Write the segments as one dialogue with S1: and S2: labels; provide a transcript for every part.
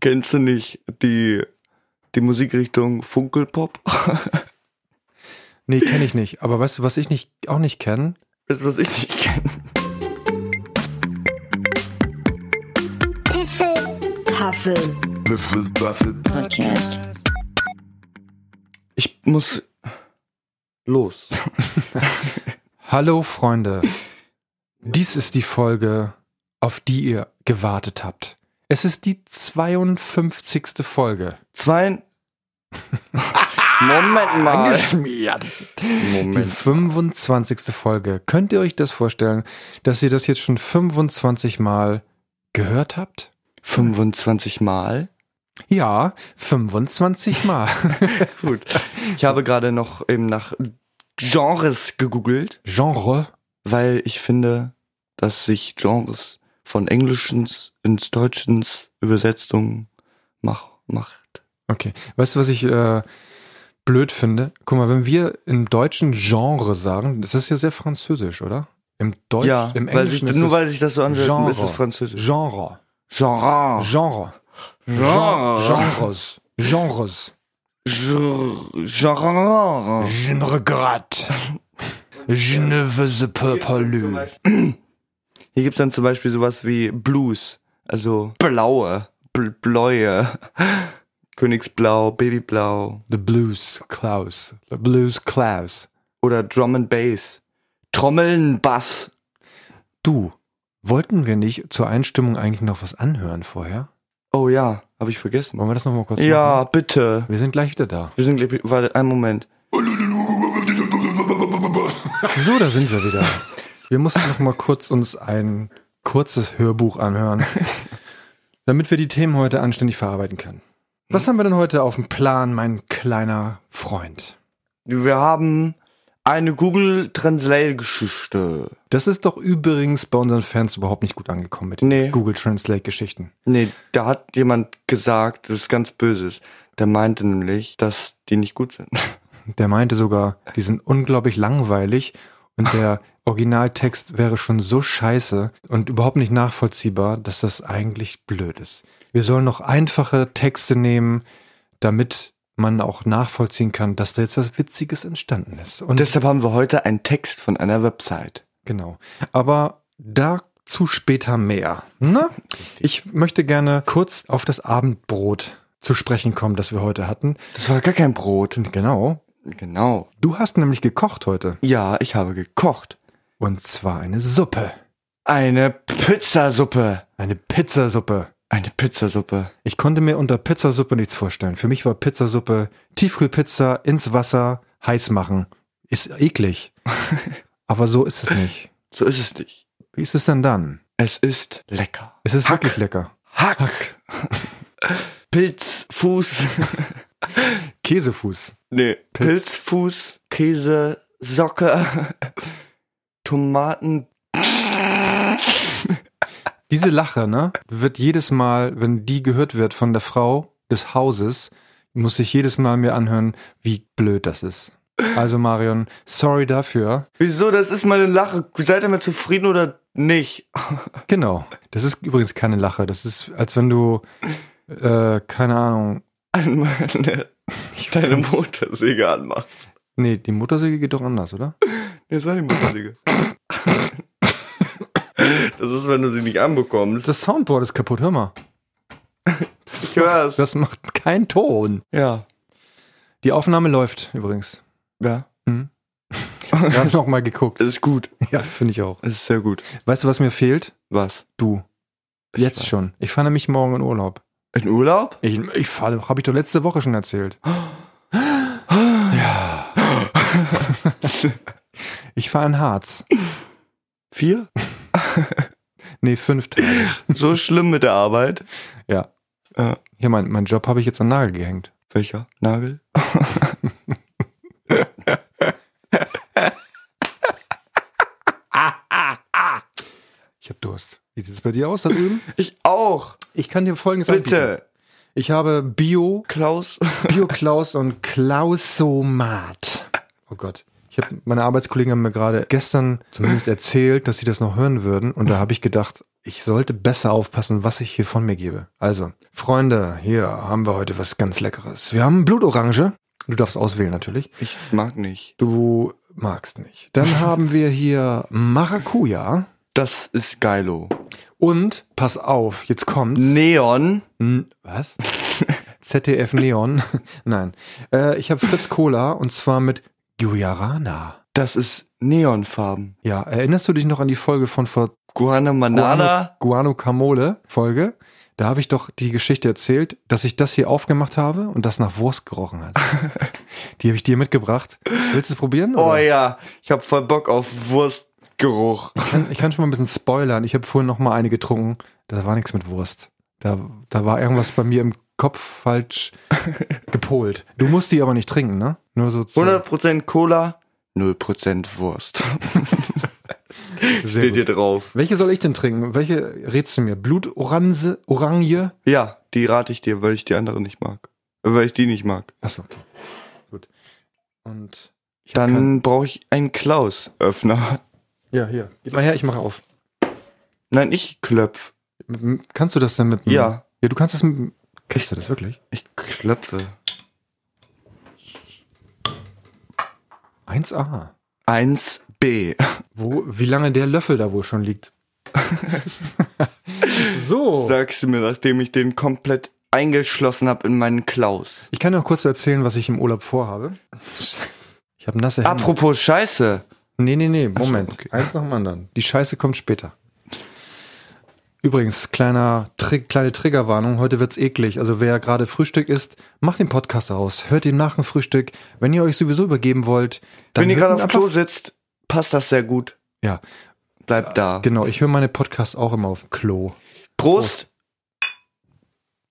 S1: Kennst du nicht die, die Musikrichtung Funkelpop?
S2: Nee, kenne ich nicht. Aber weißt du, was ich nicht, auch nicht kenne?
S1: Ist, was ich nicht kenne.
S3: Huffel. Podcast.
S1: Ich muss los.
S2: Hallo, Freunde. Dies ist die Folge, auf die ihr gewartet habt. Es ist die 52. Folge.
S1: Zwei. Moment mal.
S2: Ah, Ja, das ist die
S1: Moment.
S2: 25. Folge. Könnt ihr euch das vorstellen, dass ihr das jetzt schon 25 Mal gehört habt?
S1: 25 Mal.
S2: Ja, 25 Mal.
S1: Gut. Ich habe gerade noch eben nach Genres gegoogelt,
S2: Genre.
S1: weil ich finde, dass sich Genres von Englischens ins Deutschens Übersetzung mach, macht.
S2: Okay. Weißt du, was ich äh, blöd finde? Guck mal, wenn wir im Deutschen Genre sagen, das ist ja sehr französisch, oder? Im Deutsch,
S1: ja,
S2: im
S1: weil sich,
S2: Englischen
S1: nur
S2: es
S1: weil sich das so anhört,
S2: Genre.
S1: ist es französisch.
S2: Genre.
S1: Genre.
S2: Genre.
S1: Oh. Genre.
S2: Genres. Genres.
S1: Genre. Genre.
S2: Je ne regrette. Je ne veux pas lui.
S1: Hier gibt's dann zum Beispiel sowas wie Blues, also blaue, bl bläue, Königsblau, Babyblau
S2: The Blues Klaus. The Blues Klaus.
S1: oder Drum and Bass, Trommeln, Bass.
S2: Du, wollten wir nicht zur Einstimmung eigentlich noch was anhören vorher?
S1: Oh ja, habe ich vergessen.
S2: Wollen wir das nochmal kurz
S1: Ja,
S2: machen?
S1: bitte.
S2: Wir sind gleich wieder da.
S1: Wir sind, gleich- warte, einen Moment.
S2: So, da sind wir wieder. Wir mussten noch mal kurz uns ein kurzes Hörbuch anhören, damit wir die Themen heute anständig verarbeiten können. Was haben wir denn heute auf dem Plan, mein kleiner Freund?
S1: Wir haben eine Google Translate Geschichte.
S2: Das ist doch übrigens bei unseren Fans überhaupt nicht gut angekommen mit den
S1: Nee.
S2: Google Translate Geschichten.
S1: Nee, da hat jemand gesagt, das ist ganz Böses. Der meinte nämlich, dass die nicht gut sind.
S2: Der meinte sogar, die sind unglaublich langweilig und der Originaltext wäre schon so scheiße und überhaupt nicht nachvollziehbar, dass das eigentlich blöd ist. Wir sollen noch einfache Texte nehmen, damit man auch nachvollziehen kann, dass da jetzt was Witziges entstanden ist. Und
S1: Deshalb haben wir heute einen Text von einer Website.
S2: genau. Aber dazu später mehr. Ne? Ich möchte gerne kurz auf das Abendbrot zu sprechen kommen, das wir heute hatten.
S1: Das war gar kein Brot.
S2: Genau.
S1: Genau.
S2: Du hast nämlich gekocht heute.
S1: Ja, ich habe gekocht.
S2: Und zwar eine Suppe.
S1: Eine Pizzasuppe.
S2: Eine Pizzasuppe.
S1: Eine Pizzasuppe.
S2: Ich konnte mir unter Pizzasuppe nichts vorstellen. Für mich war Pizzasuppe Tiefkühlpizza ins Wasser heiß machen. Ist eklig. Aber so ist es nicht.
S1: So ist es nicht.
S2: Wie ist es denn dann?
S1: Es ist lecker.
S2: Es ist
S1: Hack.
S2: wirklich lecker.
S1: Hack. Pilz, Fuß.
S2: Käsefuß.
S1: Nee.
S2: Pilz.
S1: Pilzfuß, Käse, Socke, Tomaten.
S2: Diese Lache, ne, wird jedes Mal, wenn die gehört wird von der Frau des Hauses, muss ich jedes Mal mir anhören, wie blöd das ist. Also Marion, sorry dafür.
S1: Wieso? Das ist meine Lache. Seid ihr mit zufrieden oder nicht?
S2: Genau. Das ist übrigens keine Lache. Das ist, als wenn du, äh, keine Ahnung,
S1: Meine, deine
S2: weiß.
S1: Motorsäge anmachst.
S2: Nee, die Motorsäge geht doch anders, oder?
S1: Nee, das war die Motorsäge. Das ist, wenn du sie nicht anbekommst.
S2: Das Soundboard ist kaputt, hör mal.
S1: Ich hör's.
S2: Das macht keinen Ton.
S1: ja.
S2: Die Aufnahme läuft übrigens.
S1: Ja.
S2: Wir haben noch mal geguckt.
S1: Ist gut.
S2: Ja, finde ich auch.
S1: Ist sehr gut.
S2: Weißt du, was mir fehlt?
S1: Was?
S2: Du. Jetzt
S1: weiß.
S2: schon. Ich fahre nämlich morgen in Urlaub.
S1: In Urlaub?
S2: Ich, ich fahre, habe ich doch letzte Woche schon erzählt. Ja. Ich fahre in Harz.
S1: Vier?
S2: Nee, fünf Tage.
S1: So schlimm mit der Arbeit.
S2: Ja.
S1: Ja.
S2: Ja, mein, mein Job habe ich jetzt an den Nagel gehängt.
S1: Welcher? Nagel?
S2: Ich habe Durst. Wie sieht es bei dir aus da drüben?
S1: Ich auch.
S2: Ich kann dir folgendes anbieten.
S1: Bitte.
S2: Ich habe Bio
S1: Klaus.
S2: Bio-Klaus und Klausomat. Oh Gott. Ich hab, meine Arbeitskollegen haben mir gerade gestern zumindest erzählt, dass sie das noch hören würden. Und da habe ich gedacht, Ich sollte besser aufpassen, was ich hier von mir gebe. Also, Freunde, hier haben wir heute was ganz Leckeres. Wir haben Blutorange. Du darfst auswählen natürlich.
S1: Ich mag nicht.
S2: Du magst nicht. Dann haben wir hier Maracuja.
S1: Das ist geilo.
S2: Und, pass auf, jetzt kommt's.
S1: Neon.
S2: N was? ZDF Neon? Nein. Äh, ich habe Fritz Cola und zwar mit Gujarana.
S1: Das ist Neonfarben.
S2: Ja, erinnerst du dich noch an die Folge von vor
S1: Guana
S2: Guano,
S1: Manada.
S2: Guano Camole Folge? Da habe ich doch die Geschichte erzählt, dass ich das hier aufgemacht habe und das nach Wurst gerochen hat. die habe ich dir mitgebracht. Willst du es probieren?
S1: Oh
S2: oder?
S1: ja, ich hab voll Bock auf Wurstgeruch.
S2: Ich kann, ich kann schon mal ein bisschen spoilern. Ich habe vorhin noch mal eine getrunken. Da war nichts mit Wurst. Da, da war irgendwas bei mir im Kopf falsch gepolt. Du musst die aber nicht trinken, ne? Nur so zu,
S1: 100% Cola, 0% Wurst.
S2: sehr
S1: Steht
S2: gut.
S1: hier drauf.
S2: Welche soll ich denn trinken? Welche rätst du mir? Blutorange? Orange?
S1: Ja, die rate ich dir, weil ich die andere nicht mag. Äh, Weil ich die nicht mag.
S2: Achso, okay. Gut. Und ich hab keinen-
S1: Dann brauche ich einen Klaus-Öffner.
S2: Ja, hier. Gib mal her, ich mache auf.
S1: Nein, ich klöpf.
S2: Mit dem- Kannst du das denn mit dem-
S1: Ja,
S2: Ja, du kannst das mit dem- Kannst du das wirklich?
S1: ich klöpfe.
S2: 1A.
S1: 1b.
S2: Wo, wie lange der Löffel da wohl schon liegt? so.
S1: Sagst du mir, nachdem ich den komplett eingeschlossen habe in meinen Klaus.
S2: Ich kann dir noch kurz erzählen, was ich im Urlaub vorhabe. Ich habe nasse Hände.
S1: Apropos Scheiße.
S2: Nee, nee, nee, Moment.
S1: okay.
S2: Eins nach dem anderen. Die Scheiße kommt später. Übrigens, kleiner, Tri kleine Triggerwarnung, heute wird's eklig. Also wer gerade Frühstück isst, macht den Podcast aus. Hört ihn nach dem Frühstück. Wenn ihr euch sowieso übergeben wollt, dann
S1: Wenn ihr
S2: hört
S1: gerade
S2: ihn
S1: auf
S2: einfach-
S1: Klo sitzt, passt das sehr gut.
S2: Ja,
S1: Bleibt da.
S2: genau. Ich höre meine Podcasts auch immer auf dem Klo.
S1: Prost.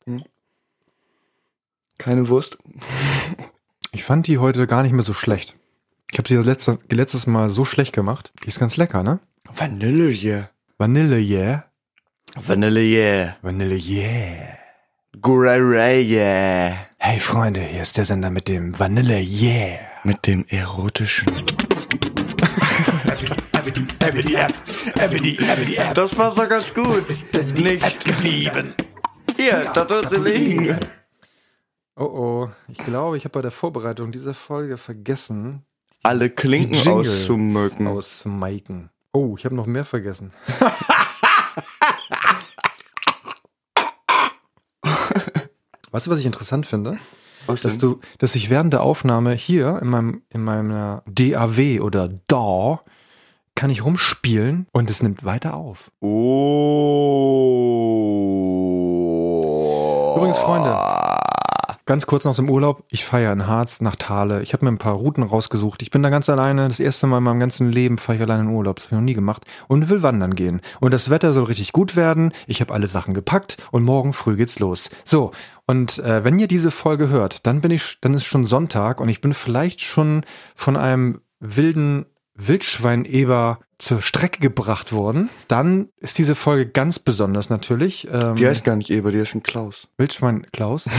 S1: Hm. Keine Wurst.
S2: Ich fand die heute gar nicht mehr so schlecht. Ich habe sie das letzte, letztes Mal so schlecht gemacht. Die ist ganz lecker, ne?
S1: Vanille, yeah.
S2: Vanille, yeah.
S1: Vanille, yeah.
S2: Vanille, yeah.
S1: Gurere, yeah.
S2: Hey Freunde, hier ist der Sender mit dem Vanille, yeah.
S1: Mit dem erotischen. Das passt doch ganz gut. Nicht geblieben. Hier, da tut sie liegen.
S2: Oh oh, ich glaube, ich habe bei der Vorbereitung dieser Folge vergessen,
S1: Alle Klinken
S2: Jingles
S1: auszumöcken.
S2: auszumiken. Oh, ich habe noch mehr vergessen. weißt du, was ich interessant finde?
S1: Was
S2: Dass
S1: denn?
S2: du, dass ich während der Aufnahme hier in meinem in meiner DAW oder DAW kann ich rumspielen und es nimmt weiter auf.
S1: Oh.
S2: Übrigens, Freunde. Ganz kurz noch zum Urlaub. Ich feiere in Harz nach Thale. Ich habe mir ein paar Routen rausgesucht. Ich bin da ganz alleine. Das erste Mal in meinem ganzen Leben fahre ich alleine in Urlaub. Das habe ich noch nie gemacht. Und will wandern gehen. Und das Wetter soll richtig gut werden. Ich habe alle Sachen gepackt und morgen früh geht's los. So, und äh, wenn ihr diese Folge hört, dann bin ich, dann ist schon Sonntag und ich bin vielleicht schon von einem wilden Wildschweineber zur Strecke gebracht worden. Dann ist diese Folge ganz besonders natürlich. Ähm,
S1: Die heißt gar nicht Eber, die heißt ein Klaus.
S2: Wildschwein Klaus.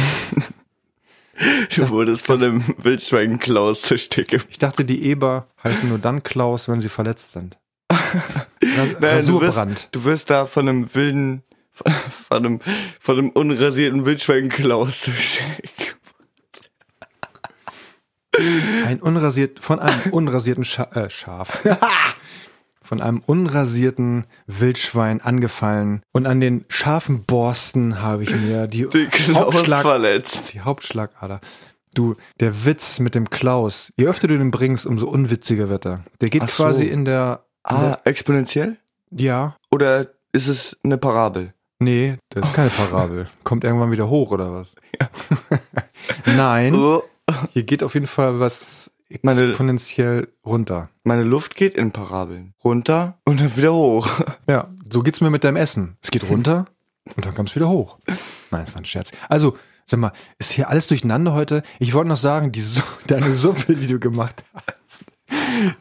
S1: Du wurdest von dem Wildschwein Klaus zur Sticke.
S2: Ich dachte, die Eber heißen nur dann Klaus, wenn sie verletzt sind. Ras
S1: Nein, du wirst,
S2: Rasurbrand.
S1: du wirst da von einem wilden, von, von einem, von einem unrasierten Wildschwein Klaus zur Sticke.
S2: Ein unrasiert, von einem unrasierten Scha äh, Schaf. Von einem unrasierten Wildschwein angefallen. Und an den scharfen Borsten habe ich mir die,
S1: Die Klaus
S2: Hauptschlag,
S1: verletzt.
S2: die Hauptschlagader. Du, der Witz mit dem Klaus. Je öfter du den bringst, umso unwitziger wird er. Der geht
S1: Ach so.
S2: quasi in der, in
S1: Ah, exponentiell?
S2: der ja,
S1: Oder ist es eine Parabel?
S2: Nee, das ist keine Parabel. Kommt irgendwann wieder hoch oder was? Nein,
S1: Oh,
S2: hier geht auf jeden Fall was
S1: Meine-
S2: exponentiell runter.
S1: meine Luft geht in Parabeln. Runter und dann wieder hoch.
S2: Ja, so geht's mir mit deinem Essen. Es geht runter und dann kommt's wieder hoch. Nein, das war ein Scherz. Also, sag mal, ist hier alles durcheinander heute? Ich wollte noch sagen, die Su deine Suppe, die du gemacht hast,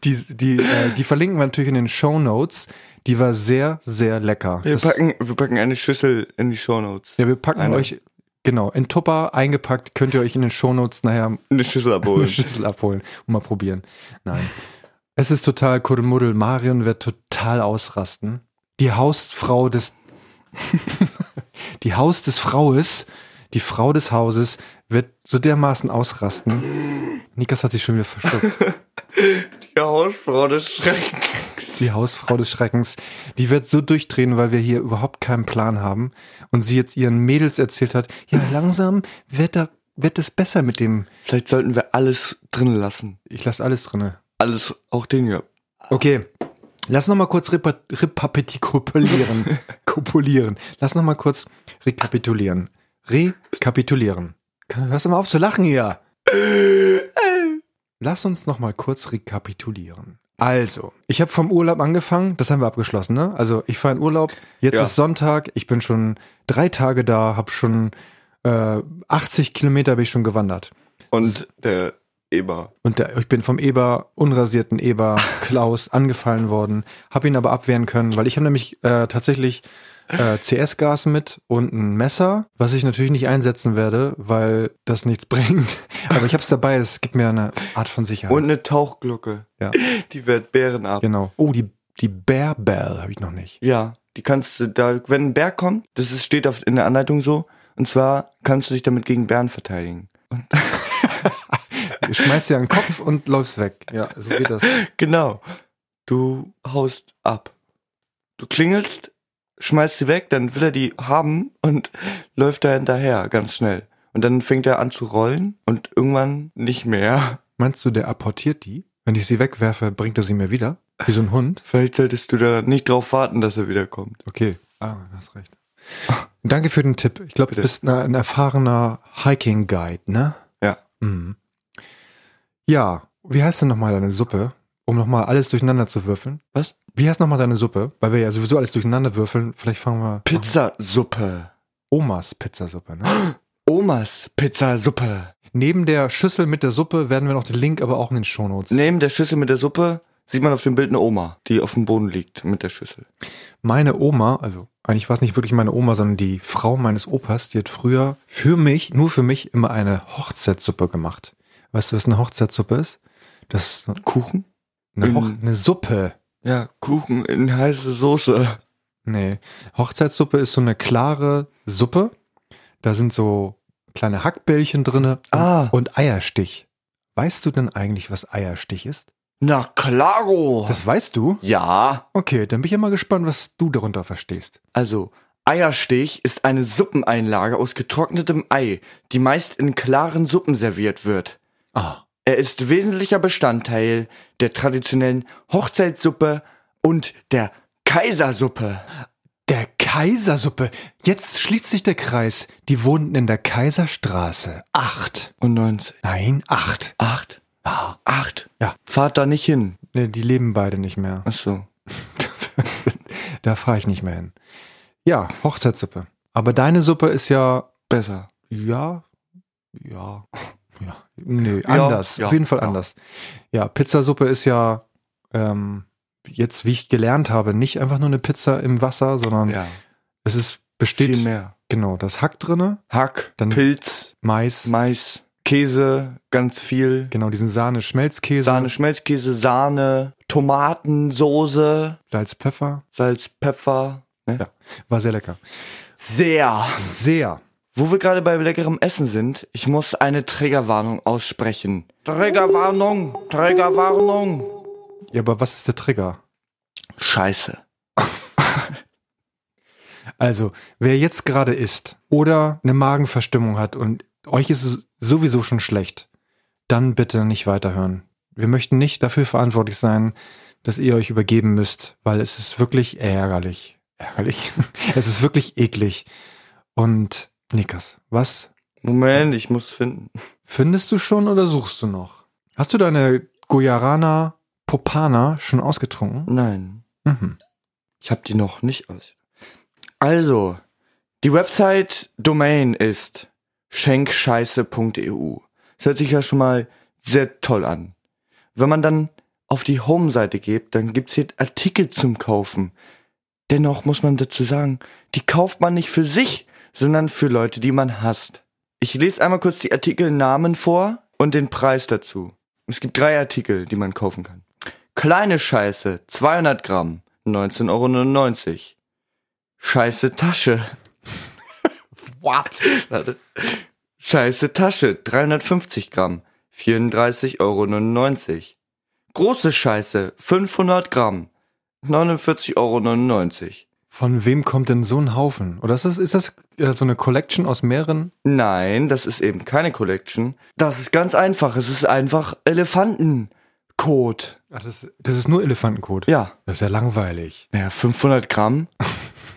S2: die, die, äh, die verlinken wir natürlich in den Show Notes. Die war sehr, sehr lecker.
S1: Wir
S2: Das-
S1: packen, wir packen eine Schüssel in die Shownotes.
S2: ja, wir packen
S1: Eine.
S2: euch, genau, in Tupper eingepackt, könnt ihr euch in den Shownotes nachher
S1: Eine Schüssel
S2: eine
S1: abholen.
S2: Schüssel abholen und mal probieren. Nein. Es ist total Kuddelmuddel. Marion wird total ausrasten. Die Hausfrau des die Haus des Fraues, die Frau des Hauses, wird so dermaßen ausrasten. Nikas hat sich schon wieder verschluckt.
S1: Die Hausfrau des Schreckens.
S2: Die Hausfrau des Schreckens, die wird so durchdrehen, weil wir hier überhaupt keinen Plan haben. Und sie jetzt ihren Mädels erzählt hat, ja, langsam wird da, wird es besser mit dem,
S1: Vielleicht sollten wir alles drin lassen.
S2: ich lasse alles drinne.
S1: Alles, auch den hier.
S2: Okay. Lass noch mal kurz repa- repapetikulieren. Kopulieren. Lass noch mal kurz rekapitulieren. Rekapitulieren. Kann- Hörst du mal auf zu lachen hier? Lass uns noch mal kurz rekapitulieren. Also, ich habe vom Urlaub angefangen, das haben wir abgeschlossen, ne? Also, ich fahre in Urlaub, jetzt
S1: Ja.
S2: ist Sonntag, ich bin schon drei Tage da, habe schon äh, 80 Kilometer bin ich schon gewandert.
S1: Und der Eber.
S2: Und der, ich bin vom Eber, unrasierten Eber Klaus angefallen worden, habe ihn aber abwehren können, weil ich habe nämlich äh, tatsächlich äh, CS-Gas mit und ein Messer, was ich natürlich nicht einsetzen werde, weil das nichts bringt. Aber ich habe es dabei, es gibt mir eine Art von Sicherheit.
S1: Und eine Tauchglocke.
S2: Ja.
S1: Die wird Bären ab.
S2: genau. Oh, die, die Bear Bell habe ich noch nicht.
S1: Ja, die kannst du da, wenn ein Berg kommt, das ist, steht auf, in der Anleitung so, und zwar kannst du dich damit gegen Bären verteidigen.
S2: Du schmeißt dir an den Kopf und läufst weg. Ja, so geht das.
S1: Genau. Du haust ab. Du klingelst, schmeißt sie weg, dann will er die haben und läuft da hinterher ganz schnell. Und dann fängt er an zu rollen und irgendwann nicht mehr.
S2: Meinst du, der apportiert die? Wenn ich sie wegwerfe, bringt er sie mir wieder? Wie so ein Hund?
S1: Vielleicht solltest du da nicht drauf warten, dass er wiederkommt.
S2: Okay. Ah, hast recht. Danke für den Tipp. Ich glaube, du
S1: Bitte.
S2: bist na- ein erfahrener Hiking-Guide, ne?
S1: Ja.
S2: Mhm. Ja, wie heißt denn nochmal deine Suppe? Um nochmal alles durcheinander zu würfeln.
S1: Was?
S2: Wie heißt nochmal deine Suppe? Weil wir ja sowieso alles durcheinander würfeln. Vielleicht fangen wir.
S1: Pizzasuppe.
S2: Omas Pizzasuppe, ne?
S1: Omas Pizzasuppe.
S2: Neben der Schüssel mit der Suppe werden wir noch den Link aber auch in den Shownotes.
S1: Neben der Schüssel mit der Suppe sieht man auf dem Bild eine Oma, die auf dem Boden liegt mit der Schüssel.
S2: meine Oma, also eigentlich war es nicht wirklich meine Oma, sondern die Frau meines Opas, die hat früher für mich, nur für mich, immer eine Hochzeitssuppe gemacht. Weißt du, was eine Hochzeitssuppe ist? Das ist
S1: Kuchen?
S2: eine, Hoch
S1: Mhm.
S2: eine Suppe.
S1: Ja, Kuchen in heiße Soße.
S2: Nee. Hochzeitssuppe ist so eine klare Suppe. Da sind so kleine Hackbällchen drinne und,
S1: Ah.
S2: und Eierstich. Weißt du denn eigentlich, was Eierstich ist?
S1: Na klaro.
S2: Das weißt du?
S1: ja.
S2: Okay, dann bin ich ja mal gespannt, was du darunter verstehst.
S1: Also, Eierstich ist eine Suppeneinlage aus getrocknetem Ei, die meist in klaren Suppen serviert wird.
S2: Ah.
S1: Er ist wesentlicher Bestandteil der traditionellen Hochzeitssuppe und der Kaisersuppe.
S2: Der Kaisersuppe. Jetzt schließt sich der Kreis. Die wohnten in der Kaiserstraße. Acht.
S1: Und 90.
S2: Nein, acht.
S1: Acht?
S2: Ah.
S1: Acht?
S2: Ja.
S1: Fahrt da nicht hin.
S2: Nee, die leben beide nicht mehr.
S1: Ach so.
S2: da fahre ich nicht mehr hin. Ja, Hochzeitssuppe. Aber deine Suppe ist ja,
S1: Besser.
S2: ja, ja, ja, nee, anders.
S1: ja,
S2: auf jeden Fall
S1: ja.
S2: anders. Ja, Pizzasuppe ist ja, ähm, jetzt, wie ich gelernt habe, nicht einfach nur eine Pizza im Wasser, sondern
S1: Ja.
S2: es ist, besteht,
S1: Viel mehr.
S2: genau, das Hack drinne,
S1: Hack,
S2: Dann-
S1: Pilz,
S2: Mais,
S1: Mais, Käse, ganz viel.
S2: Genau, diesen Sahne-Schmelzkäse,
S1: Sahne, Schmelzkäse, Sahne, Tomatensoße,
S2: Salz, Pfeffer.
S1: Salz, Pfeffer. Ne?
S2: Ja, war sehr lecker.
S1: Sehr.
S2: Sehr.
S1: Wo wir gerade bei leckerem Essen sind, ich muss eine Trägerwarnung aussprechen. Trägerwarnung, Trägerwarnung.
S2: Ja, aber was ist der Trigger?
S1: Scheiße.
S2: Also, wer jetzt gerade isst oder eine Magenverstimmung hat und euch ist es sowieso schon schlecht, dann bitte nicht weiterhören. Wir möchten nicht dafür verantwortlich sein, dass ihr euch übergeben müsst, weil es ist wirklich ärgerlich. Ärgerlich. es ist wirklich eklig. Und Nikas, was
S1: Moment, ich muss finden.
S2: findest du schon oder suchst du noch? Hast du deine Gujarana Popana schon ausgetrunken?
S1: Nein,
S2: Mhm.
S1: ich habe die noch nicht aus. Also, die Website Domain ist schenkscheiße.eu. Das hört sich ja schon mal sehr toll an. Wenn man dann auf die Home-Seite geht, dann gibt's hier Artikel zum Kaufen. Dennoch muss man dazu sagen, die kauft man nicht für sich, sondern für Leute, die man hasst. Ich lese einmal kurz die Artikelnamen vor und den Preis dazu. Es gibt drei Artikel, die man kaufen kann. Kleine Scheiße, 200 Gramm, 19,99 Euro. Scheiße Tasche.
S2: What?
S1: Warte. Scheiße Tasche, 350 Gramm, 34,99 Euro. Große Scheiße, 500 Gramm, 49,99 Euro.
S2: Von wem kommt denn so ein Haufen? Oder ist das, ist das äh, so eine Collection aus mehreren?
S1: Nein, das ist eben keine Collection. Das ist ganz einfach, es ist einfach Elefantenkot.
S2: Ach, das, das ist nur Elefantenkot.
S1: Ja,
S2: Das ist ja langweilig.
S1: naja, 500 Gramm,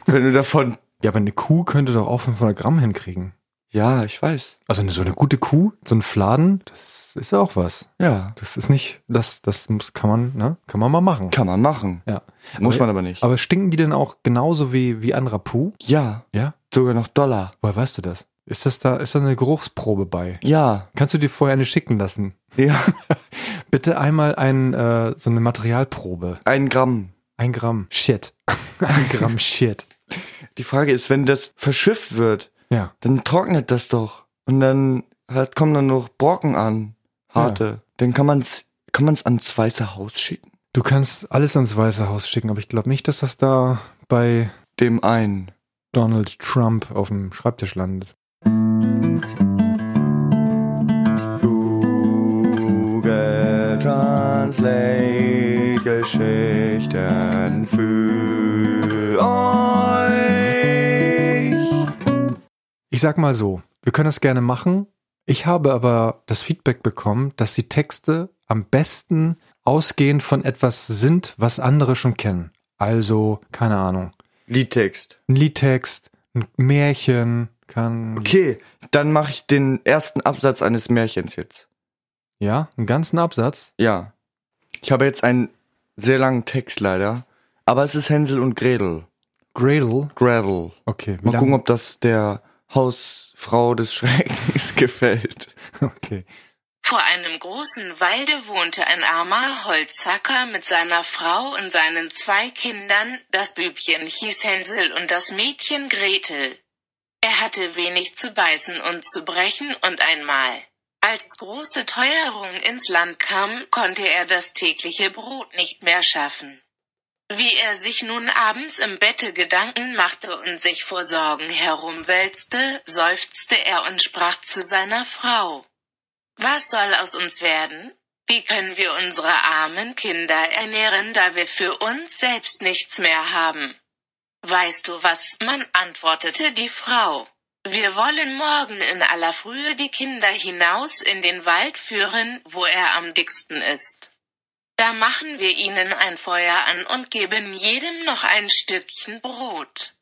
S1: wenn du davon...
S2: Ja, aber eine Kuh könnte doch auch 500 Gramm hinkriegen.
S1: Ja, ich weiß.
S2: Also eine, so eine gute Kuh, so ein Fladen, das ist ja auch was.
S1: Ja,
S2: Das ist nicht, das, das muss, kann man, ne? Kann man mal machen.
S1: kann man machen.
S2: Ja.
S1: Muss
S2: Aber-
S1: man aber nicht.
S2: Aber stinken die denn auch genauso wie, wie anderer Puh?
S1: Ja,
S2: Ja?
S1: sogar noch Dollar.
S2: Woher weißt du das? Ist das da, ist da eine Geruchsprobe bei?
S1: Ja,
S2: Kannst du dir vorher eine schicken lassen?
S1: ja,
S2: Bitte einmal ein, äh, so eine Materialprobe.
S1: ein Gramm.
S2: Ein Gramm Shit. Ein Gramm Shit.
S1: Die Frage ist, wenn das verschifft wird,
S2: Ja.
S1: dann trocknet das doch. Und dann halt kommen dann noch Brocken an, harte. Dann kann man's, kann man's ans Weiße Haus schicken.
S2: Du kannst alles ans Weiße Haus schicken, aber ich glaube nicht, dass das da bei
S1: Dem einen.
S2: Donald Trump auf dem Schreibtisch landet.
S1: Google Translate Geschichten für euch.
S2: Ich sag mal so, wir können das gerne machen. Ich habe aber das Feedback bekommen, dass die Texte am besten ausgehend von etwas sind, was andere schon kennen. Also, keine Ahnung,
S1: Liedtext.
S2: ein Liedtext, ein Märchen kann.
S1: Okay, dann mache ich den ersten Absatz eines Märchens jetzt.
S2: Ja, einen ganzen Absatz.
S1: Ja. Ich habe jetzt einen sehr langen Text leider, aber es ist Hänsel und Gretel.
S2: Gradle.
S1: Gretel.
S2: Okay, wie
S1: Mal
S2: lang-
S1: gucken, ob das der Hausfrau des Schreckens gefällt.
S2: Okay.
S3: Vor einem großen Walde wohnte ein armer Holzhacker mit seiner Frau und seinen zwei Kindern, das Bübchen hieß Hänsel und das Mädchen Gretel. Er hatte wenig zu beißen und zu brechen und einmal, als große Teuerung ins Land kam, konnte er das tägliche Brot nicht mehr schaffen. Wie er sich nun abends im Bette Gedanken machte und sich vor Sorgen herumwälzte, seufzte er und sprach zu seiner Frau. Was soll aus uns werden? Wie können wir unsere armen Kinder ernähren, da wir für uns selbst nichts mehr haben? Weißt du was, Mann, antwortete die Frau. Wir wollen morgen in aller Frühe die Kinder hinaus in den Wald führen, wo er am dicksten ist. Da machen wir ihnen ein Feuer an und geben jedem noch ein Stückchen Brot.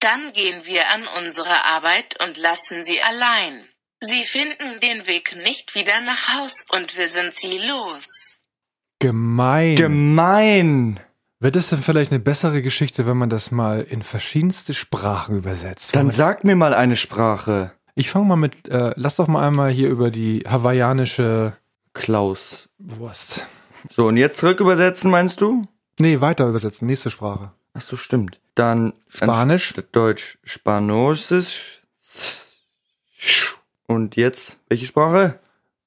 S3: Dann gehen wir an unsere Arbeit und lassen sie allein. Sie finden den Weg nicht wieder nach Haus und wir sind sie los.
S2: Gemein.
S1: Gemein!
S2: Wird es denn vielleicht eine bessere Geschichte, wenn man das mal in verschiedenste Sprachen übersetzt?
S1: Dann sag mir mal eine Sprache.
S2: ich fange mal mit, äh, lass doch mal einmal hier über die hawaiianische
S1: Klaus.
S2: Wurst.
S1: So, und jetzt zurückübersetzen, meinst du?
S2: Nee, weiter übersetzen, nächste Sprache.
S1: Ach so, stimmt. Dann
S2: Spanisch?
S1: anstatt Deutsch, Spanosisch. Und jetzt, welche Sprache?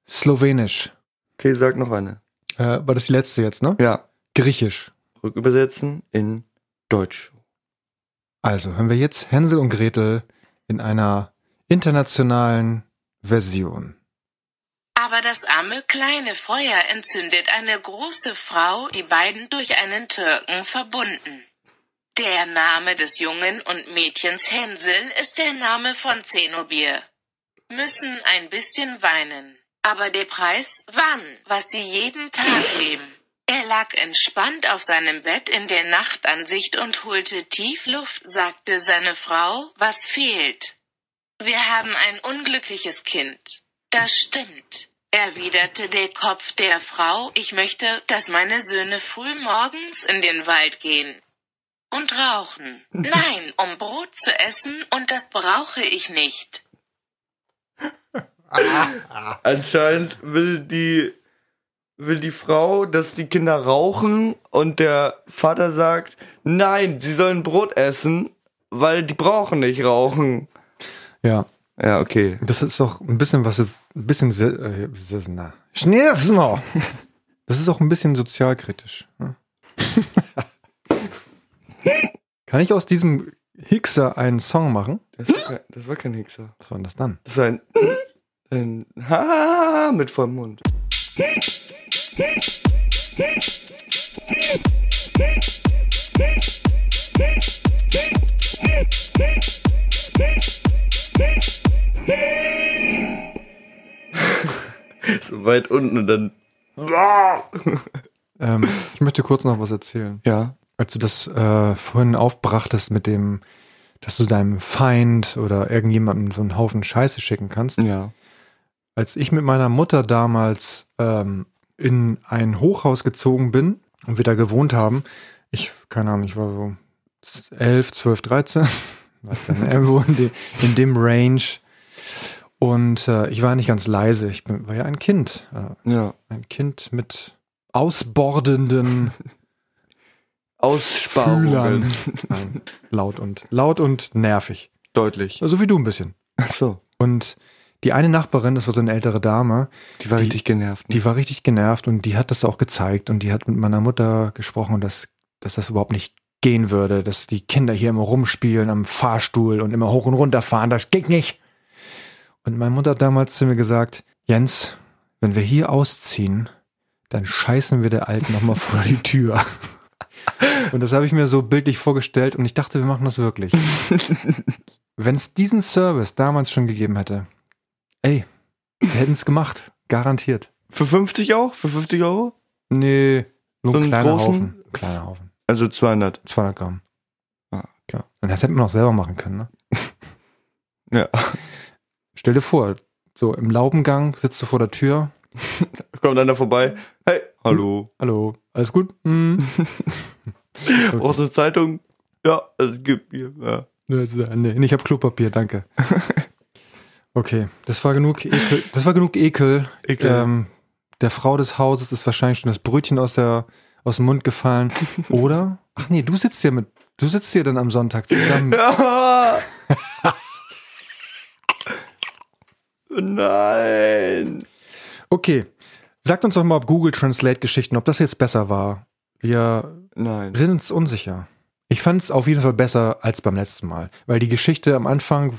S2: Slowenisch.
S1: Okay, sag noch eine.
S2: Äh, war das die letzte jetzt, ne?
S1: Ja,
S2: Griechisch.
S1: rückübersetzen in Deutsch.
S2: Also, hören wir jetzt Hänsel und Gretel in einer internationalen Version.
S3: Aber das arme kleine Feuer entzündet eine große Frau, die beiden durch einen Türken verbunden. Der Name des Jungen und Mädchens Hänsel ist der Name von Zenobir. Müssen ein bisschen weinen. Aber der Preis, wann, was sie jeden Tag geben. Er lag entspannt auf seinem Bett in der Nachtansicht und holte tief Luft, sagte seine Frau, was fehlt. Wir haben ein unglückliches Kind. Das stimmt, erwiderte der Kopf der Frau. Ich möchte, dass meine Söhne früh morgens in den Wald gehen. Und rauchen. Nein, um Brot zu essen, und das brauche ich nicht.
S1: Anscheinend will die, will die Frau, dass die Kinder rauchen und der Vater sagt, nein, sie sollen Brot essen, weil die brauchen nicht rauchen.
S2: Ja,
S1: Ja, okay.
S2: Das ist doch ein bisschen was jetzt, ein bisschen, se- äh, was ist denn da? Schnitzner! Das ist auch ein bisschen sozialkritisch. ne? Kann ich aus diesem Hickser einen Song machen?
S1: Das war kein, das war kein Hixer.
S2: Was war denn das dann?
S1: Das war ein, ein Ha mit vollem Mund. so weit unten und dann.
S2: Ähm, ich möchte kurz noch was erzählen.
S1: Ja.
S2: Als du das äh, vorhin aufbrachtest mit dem, dass du deinem Feind oder irgendjemandem so einen Haufen Scheiße schicken kannst.
S1: Ja.
S2: Als ich mit meiner Mutter damals ähm, in ein Hochhaus gezogen bin und wir da gewohnt haben, ich, keine Ahnung, ich war so 11, 12, 13, weiß ja, nicht, irgendwo in dem, in dem Range. Und äh, ich war nicht ganz leise, ich bin, war ja ein Kind, äh,
S1: Ja.
S2: ein Kind mit ausbordenden
S1: Aussparungen.
S2: Nein, laut und laut und nervig.
S1: Deutlich.
S2: So wie du ein bisschen.
S1: Ach so.
S2: Und die eine Nachbarin, das war so eine ältere Dame,
S1: Die war
S2: Die-
S1: richtig genervt. ne?
S2: die war richtig genervt und die hat das auch gezeigt und die hat mit meiner Mutter gesprochen, dass, dass das überhaupt nicht gehen würde, dass die Kinder hier immer rumspielen am Fahrstuhl und immer hoch und runter fahren, das geht nicht. Und meine Mutter hat damals zu mir gesagt, Jens, wenn wir hier ausziehen, dann scheißen wir der Alten nochmal vor die Tür. Und das habe ich mir so bildlich vorgestellt und ich dachte, wir machen das wirklich. Wenn es diesen Service damals schon gegeben hätte, ey, wir hätten es gemacht, garantiert.
S1: Für 50 auch? Für 50 Euro?
S2: Nee, nur
S1: So
S2: ein
S1: einen
S2: kleiner
S1: großen?
S2: Haufen. Ein Kleiner Haufen.
S1: Also 200.
S2: 200 Gramm.
S1: Ah.
S2: Ja. Und das hätten wir noch selber machen können, ne?
S1: Ja.
S2: Stell dir vor, so im Laubengang sitzt du vor der Tür.
S1: Kommt einer vorbei. Hey, hallo.
S2: Hallo, alles gut? Hm.
S1: Brauchst du eine Zeitung? Ja, es gibt mir. Ja.
S2: Nee, nee, ich habe Klopapier, danke. Okay, das war genug Ekel. Das war genug Ekel.
S1: Ekel.
S2: Ähm, der Frau des Hauses ist wahrscheinlich schon das Brötchen aus, der, aus dem Mund gefallen. Oder? Ach nee, du sitzt hier mit. Du sitzt hier dann am Sonntag zusammen.
S1: Ja. Nein.
S2: Okay. Sagt uns doch mal, ob Google Translate Geschichten, ob das jetzt besser war. Wir
S1: Nein.
S2: sind uns unsicher. Ich fand es auf jeden Fall besser als beim letzten Mal, weil die Geschichte am Anfang,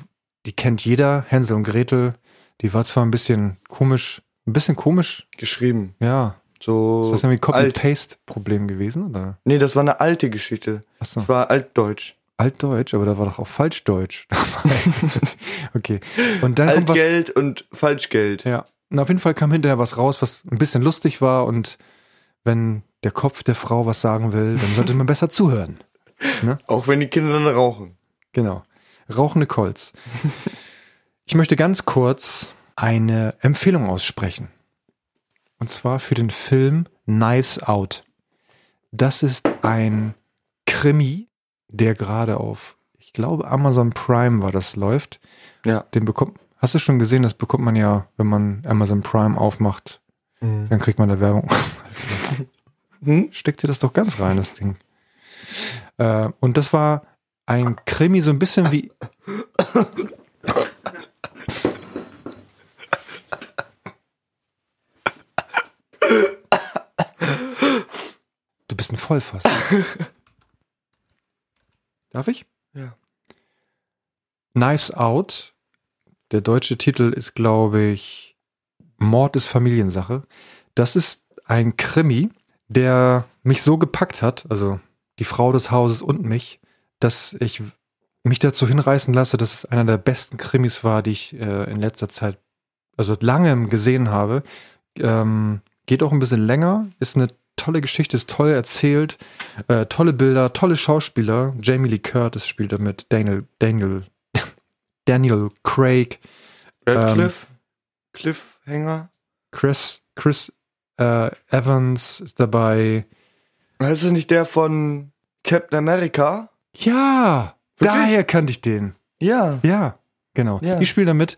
S2: die kennt jeder, Hänsel und Gretel, die war zwar ein bisschen komisch, ein bisschen komisch,
S1: Geschrieben.
S2: ja. Ist
S1: So.
S2: das irgendwie
S1: alt.
S2: Copy-Paste-Problem gewesen, oder?
S1: Nee, das war eine alte Geschichte.
S2: Achso,
S1: Das war altdeutsch.
S2: Altdeutsch, aber da war doch auch Falschdeutsch dabei. okay. Und dann kommt was,
S1: Altgeld und Falschgeld.
S2: Ja. Und auf jeden Fall kam hinterher was raus, was ein bisschen lustig war und wenn der Kopf der Frau was sagen will, dann sollte man besser zuhören.
S1: Auch wenn die Kinder dann rauchen.
S2: Genau. Rauchende Colts. Ich möchte ganz kurz eine Empfehlung aussprechen. Und zwar für den Film Knives Out. Das ist ein Krimi, der gerade auf, ich glaube, Amazon Prime war das, läuft.
S1: Ja.
S2: Den bekommt, hast du schon gesehen, das bekommt man ja, wenn man Amazon Prime aufmacht,
S1: Mhm.
S2: dann kriegt man da Werbung.
S1: Hm?
S2: Steck dir das doch ganz rein, das Ding. Äh, und das war ein Krimi, so ein bisschen wie. Du bist ein Vollfass. Darf ich?
S1: Ja.
S2: Knives Out. Der deutsche Titel ist, glaube ich, Mord ist Familiensache. Das ist ein Krimi, der mich so gepackt hat, also die Frau des Hauses und mich, dass ich mich dazu hinreißen lasse, dass es einer der besten Krimis war, die ich äh, in letzter Zeit, also langem gesehen habe. Ähm, geht auch ein bisschen länger, ist eine tolle Geschichte, ist toll erzählt, äh, tolle Bilder, tolle Schauspieler. Jamie Lee Curtis spielt damit, Daniel, Daniel, Daniel Craig,
S1: Radcliffe? Cliffhanger?
S2: Chris, Chris äh, Evans ist dabei.
S1: Heißt das nicht der von Captain America?
S2: Ja,
S1: Wirklich?
S2: daher kannte ich den.
S1: Ja.
S2: Ja, genau.
S1: Ja.
S2: Die spielen damit.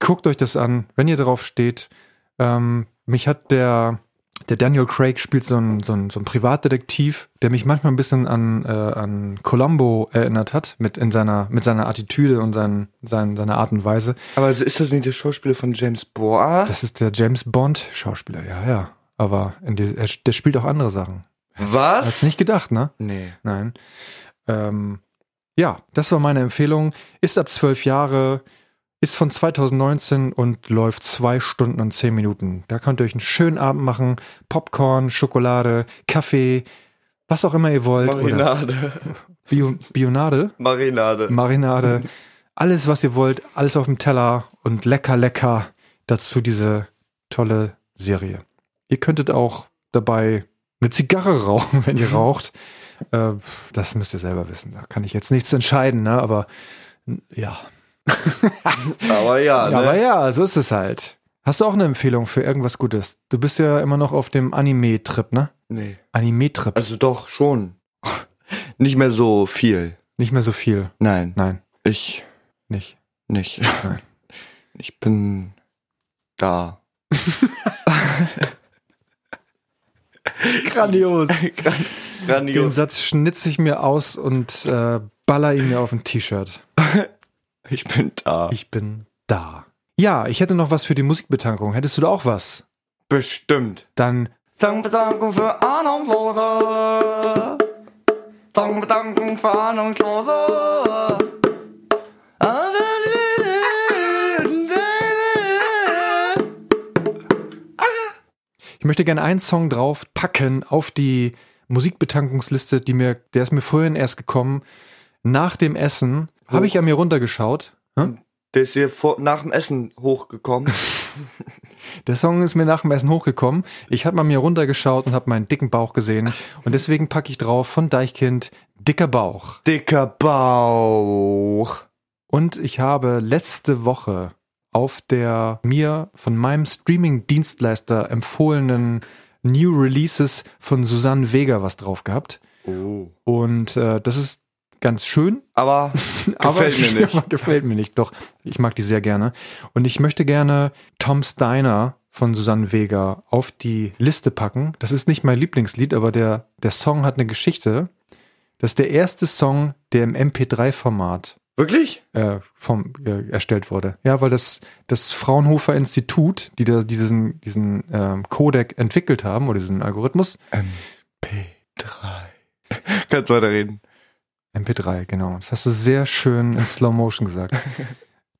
S2: Guckt euch das an, wenn ihr drauf steht. Ähm, mich hat der, der Daniel Craig spielt so einen so einen- so einen Privatdetektiv, der mich manchmal ein bisschen an, äh, an Columbo erinnert hat, mit, in seiner, mit seiner Attitüde und seinen, seinen, seiner Art und Weise.
S1: Aber ist das nicht der Schauspieler von James Bohr?
S2: Das ist der James Bond-Schauspieler, ja, ja. Aber in die, er, der spielt auch andere Sachen.
S1: Was?
S2: Hat's nicht gedacht, ne?
S1: Nee.
S2: Nein. Ähm, Ja, das war meine Empfehlung. Ist ab zwölf Jahre, ist von 2019 und läuft zwei Stunden und zehn Minuten. Da könnt ihr euch einen schönen Abend machen. Popcorn, Schokolade, Kaffee, was auch immer ihr wollt. Oder
S1: Marinade.
S2: Bio Bionade,
S1: Marinade.
S2: Marinade, alles, was ihr wollt, alles auf dem Teller und lecker, lecker dazu diese tolle Serie. Ihr könntet auch dabei eine Zigarre rauchen, wenn ihr raucht. Äh, das müsst ihr selber wissen. Da kann ich jetzt nichts entscheiden, ne? aber n- ja.
S1: Aber ja, ne?
S2: Aber ja, so ist es halt. Hast du auch eine Empfehlung für irgendwas Gutes? Du bist ja immer noch auf dem Anime-Trip, ne?
S1: nee.
S2: Anime-Trip.
S1: Also doch, schon. Nicht mehr so viel.
S2: nicht mehr so viel.
S1: Nein,
S2: Nein,
S1: ich
S2: nicht.
S1: nicht.
S2: Nein.
S1: Ich bin da.
S2: Grandios. Den
S1: Grandios.
S2: Satz schnitze ich mir aus und äh, baller ihn mir auf ein T-Shirt.
S1: Ich bin da.
S2: Ich bin da. Ja, ich hätte noch was für die Musikbetankung. Hättest du da auch was?
S1: Bestimmt.
S2: Dann
S1: Dankbedankung für Ahnungslose. Dankbedankung für Ahnungslose.
S2: Ich möchte gerne einen Song draufpacken auf die Musikbetankungsliste, die mir, der ist mir vorhin erst gekommen. Nach dem Essen habe ich an mir runtergeschaut. Hä?
S1: Der ist hier vor, nach dem Essen hochgekommen.
S2: Der Song ist mir nach dem Essen hochgekommen. Ich habe an mir runtergeschaut und habe meinen dicken Bauch gesehen. Und deswegen packe ich drauf von Deichkind Dicker Bauch.
S1: Dicker Bauch.
S2: Und ich habe letzte Woche auf der mir von meinem Streaming-Dienstleister empfohlenen New Releases von Susanne Vega was drauf gehabt.
S1: Oh.
S2: Und äh, das ist ganz schön,
S1: Aber
S2: aber
S1: gefällt mir nicht.
S2: aber gefällt mir nicht. Doch, ich mag die sehr gerne. Und ich möchte gerne Tom Steiner von Susanne Vega auf die Liste packen. Das ist nicht mein Lieblingslied, aber der, der Song hat eine Geschichte. Das ist der erste Song, der im MP3-Format
S1: Wirklich?
S2: äh, vom, äh, erstellt wurde. Ja, weil das, das Fraunhofer Institut, die da diesen, diesen ähm, Codec entwickelt haben oder diesen Algorithmus,
S1: MP3. Kannst weiterreden.
S2: MP3, genau. Das hast du sehr schön in Slow Motion gesagt.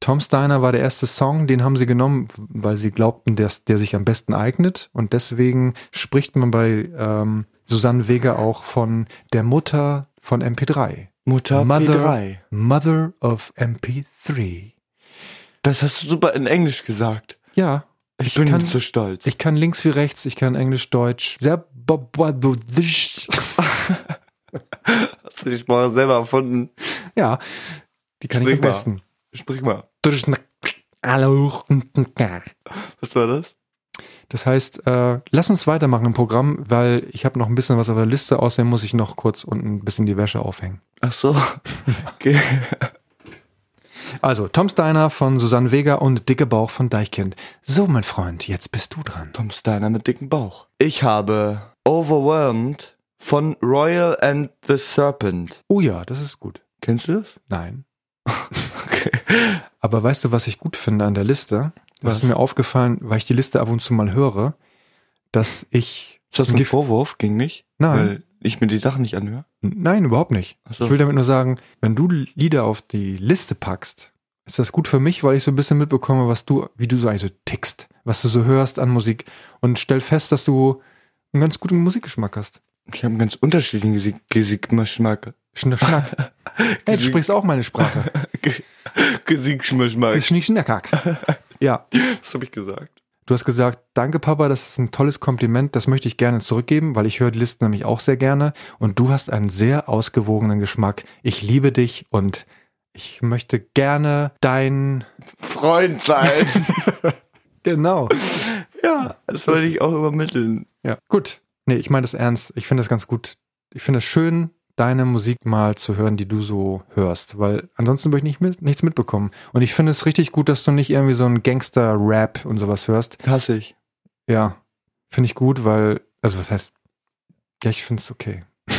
S2: Tom Steiner war der erste Song, den haben sie genommen, weil sie glaubten, der, der sich am besten eignet. Und deswegen spricht man bei ähm, Susanne Vega auch von der Mutter von MP3.
S1: Mutter
S2: Mother-
S1: P3.
S2: Mother of MP3.
S1: Das hast du super in Englisch gesagt.
S2: Ja,
S1: Ich,
S2: Ich
S1: bin
S2: kann-
S1: so stolz.
S2: ich kann links wie rechts, ich kann Englisch, Deutsch. Sehr bo- bo- bo-
S1: hast du die Sprache selber erfunden?
S2: Ja, die kann ich
S1: Sprich mal.
S2: am besten.
S1: Sprich mal. Was war das?
S2: Das heißt, äh, lass uns weitermachen im Programm, weil ich habe noch ein bisschen was auf der Liste. Außerdem muss ich noch kurz unten ein bisschen die Wäsche aufhängen.
S1: Ach so. Okay.
S2: Also, Tom Steiner von Susanne Vega und Dicke Bauch von Deichkind. So, mein Freund, jetzt bist du dran.
S1: Tom Steiner mit dicken Bauch. Ich habe Overwhelmed von Royal and the Serpent.
S2: Oh ja, das ist gut.
S1: Kennst du das?
S2: Nein.
S1: Okay.
S2: Aber weißt du, was ich gut finde an der Liste? Was,
S1: Was?
S2: ist mir aufgefallen, weil ich die Liste ab und zu mal höre, dass ich.
S1: Ist das ein
S2: Gif-
S1: Vorwurf gegen mich?
S2: Nein.
S1: Weil ich mir die Sachen nicht anhöre?
S2: Nein, überhaupt nicht.
S1: Ach so.
S2: Ich will damit nur sagen, wenn du Lieder auf die Liste packst, ist das gut für mich, weil ich so ein bisschen mitbekomme, was du, wie du so eigentlich so tickst, was du so hörst an Musik und stell fest, dass du einen ganz guten Musikgeschmack hast.
S1: Ich habe einen ganz unterschiedlichen Gesig- Gesigmaschmack.
S2: Schnick, schnack. Ey, du sprichst auch meine Sprache.
S1: Gesigmaschmack.
S2: Schnick, schnack, hack. Ja,
S1: Was habe ich gesagt?
S2: du hast gesagt, danke Papa, das ist ein tolles Kompliment, das möchte ich gerne zurückgeben, weil ich höre die Listen nämlich auch sehr gerne und du hast einen sehr ausgewogenen Geschmack. Ich liebe dich und ich möchte gerne dein
S1: Freund sein.
S2: Genau.
S1: ja, das wollte ich auch übermitteln.
S2: Ja. Gut. Nee, ich meine das ernst. Ich finde das ganz gut. Ich finde es schön, deine Musik mal zu hören, die du so hörst, weil ansonsten würde ich nicht mit, nichts mitbekommen. Und ich finde es richtig gut, dass du nicht irgendwie so einen Gangster-Rap und sowas hörst.
S1: Hasse ich.
S2: Ja. Finde ich gut, weil, also was heißt, ja, ich finde es okay. ich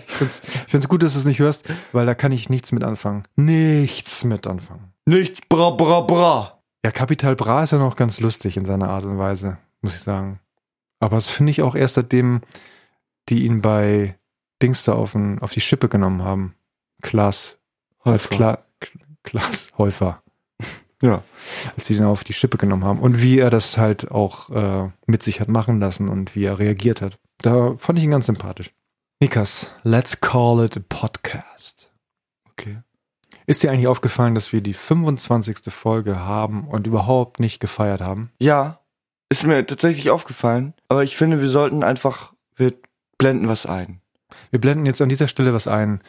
S2: finde es ich find's gut, dass du es nicht hörst, weil da kann ich nichts mit anfangen. Nichts mit anfangen.
S1: Nichts bra bra bra.
S2: Ja, Capital Bra ist ja noch ganz lustig in seiner Art und Weise, muss ich sagen. Aber das finde ich auch erst seitdem, die ihn bei Dings da auf, den, auf die Schippe genommen haben. Klaas als Kla Klaas Häufer,
S1: Ja.
S2: als sie den auf die Schippe genommen haben. Und wie er das halt auch äh, mit sich hat machen lassen und wie er reagiert hat. Da fand ich ihn ganz sympathisch. Nikas, let's call it a podcast.
S1: Okay.
S2: Ist dir eigentlich aufgefallen, dass wir die 25. Folge haben und überhaupt nicht gefeiert haben?
S1: Ja, ist mir tatsächlich aufgefallen, aber ich finde, wir sollten einfach, wir blenden was ein.
S2: Wir blenden jetzt an dieser Stelle was ein.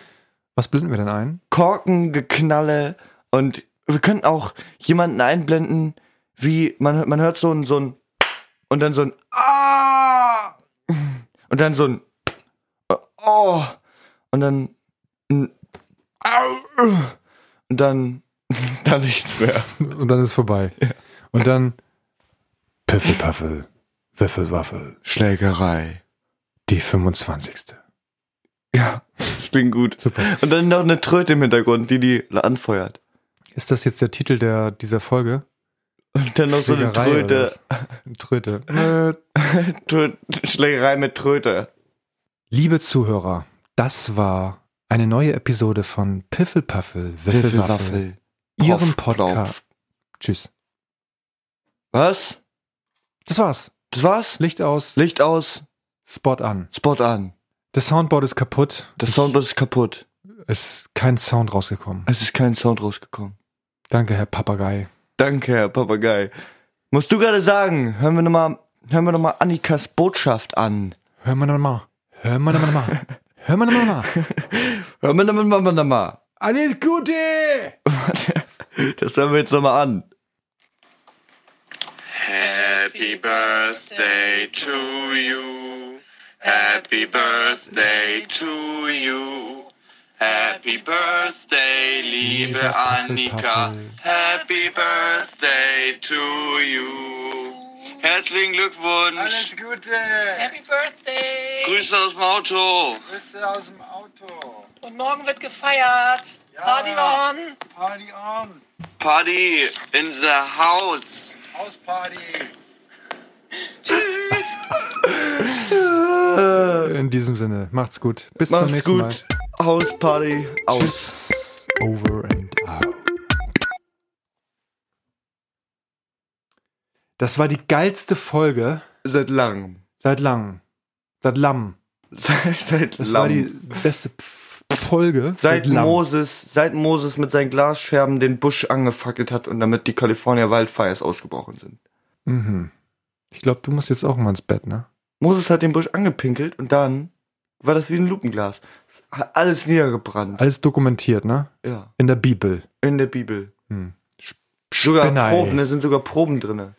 S2: Was blenden wir denn ein?
S1: Korkengeknalle und wir könnten auch jemanden einblenden, wie man, man hört so ein, so ein und dann so ein Ah und dann so ein Oh und dann ein Au und dann dann nichts mehr.
S2: Und dann ist vorbei. Und dann Piffelpaffel, Wiffelwaffel,
S1: Schlägerei.
S2: die 25.
S1: Ja, das klingt gut.
S2: Super.
S1: Und dann noch eine Tröte im Hintergrund, die die anfeuert.
S2: Ist das jetzt der Titel der, dieser Folge?
S1: Und dann noch so eine
S2: Schlägerei
S1: Tröte,
S2: oder was? Tröte. Nö.
S1: Trö Schlägerei mit Tröte.
S2: Liebe Zuhörer, das war eine neue Episode von Piffelpaffel, Wiffelwaffel, Ihrem
S1: Poff,
S2: Podcast.
S1: Klopf.
S2: Tschüss.
S1: Was?
S2: Das war's.
S1: Das war's?
S2: Licht aus,
S1: Licht aus,
S2: Spot an.
S1: Spot an.
S2: Das Soundboard ist kaputt.
S1: Das Soundboard ist kaputt.
S2: Es ist kein Sound rausgekommen.
S1: Es ist kein Sound rausgekommen.
S2: Danke, Herr Papagei.
S1: Danke, Herr Papagei. Musst du gerade sagen, hören wir nochmal, hören wir nochmal Annikas Botschaft an.
S2: Hör mal nochmal. Hör mal nochmal nochmal. Hör mal nochmal nochmal.
S1: Hören wir nochmal, nochmal, nochmal.
S2: Alles Gute!
S1: Das hören wir jetzt nochmal an.
S4: Happy birthday to you. Happy birthday to you. Happy birthday, liebe
S2: Liebe
S4: Annika.
S2: Apfeltaffel.
S4: Happy birthday to you. Herzlichen Glückwunsch.
S5: Alles Gute!
S6: Happy Birthday!
S4: Grüße aus dem Auto.
S5: Grüße aus dem Auto!
S6: Und morgen wird gefeiert.
S5: Ja.
S6: Party on!
S5: Party on!
S4: Party in the house.
S5: Hausparty!
S6: Tschüss!
S2: In diesem Sinne, macht's gut. Bis zum
S1: Macht's
S2: nächsten
S1: gut.
S2: Mal.
S1: Hausparty aus.
S2: Tschüss. Over and out. Das war die geilste Folge
S1: Seit langem.
S2: seit langem. Seit Lamm.
S1: Seit, seit
S2: Das
S1: langem.
S2: war die beste Pf- Folge
S1: Seit
S2: Lamm.
S1: Moses, seit Moses mit seinen Glasscherben den Busch angefackelt hat und damit die California Wildfires ausgebrochen sind.
S2: Mhm. Ich glaube, du musst jetzt auch mal ins Bett, ne?
S1: Moses hat den Busch angepinkelt und dann war das wie ein Lupenglas. Hat alles niedergebrannt.
S2: Alles dokumentiert, ne?
S1: Ja,
S2: In der Bibel.
S1: in der Bibel.
S2: Hm. Sp-
S1: Sogar
S2: Spinner, ey.
S1: Proben, da sind sogar Proben drinne.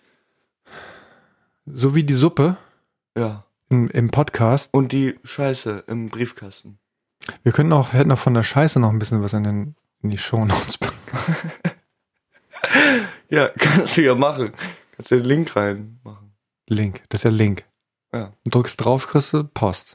S2: So wie die Suppe
S1: Ja.
S2: im, im Podcast.
S1: Und die Scheiße im Briefkasten.
S2: Wir könnten auch, hätten auch von der Scheiße noch ein bisschen was in, den, in die Shownotes packen.
S1: Ja, kannst du ja machen. Kannst du den Link reinmachen.
S2: Link, das ist ja Link.
S1: Ja.
S2: Und drückst drauf, kriegst du Post.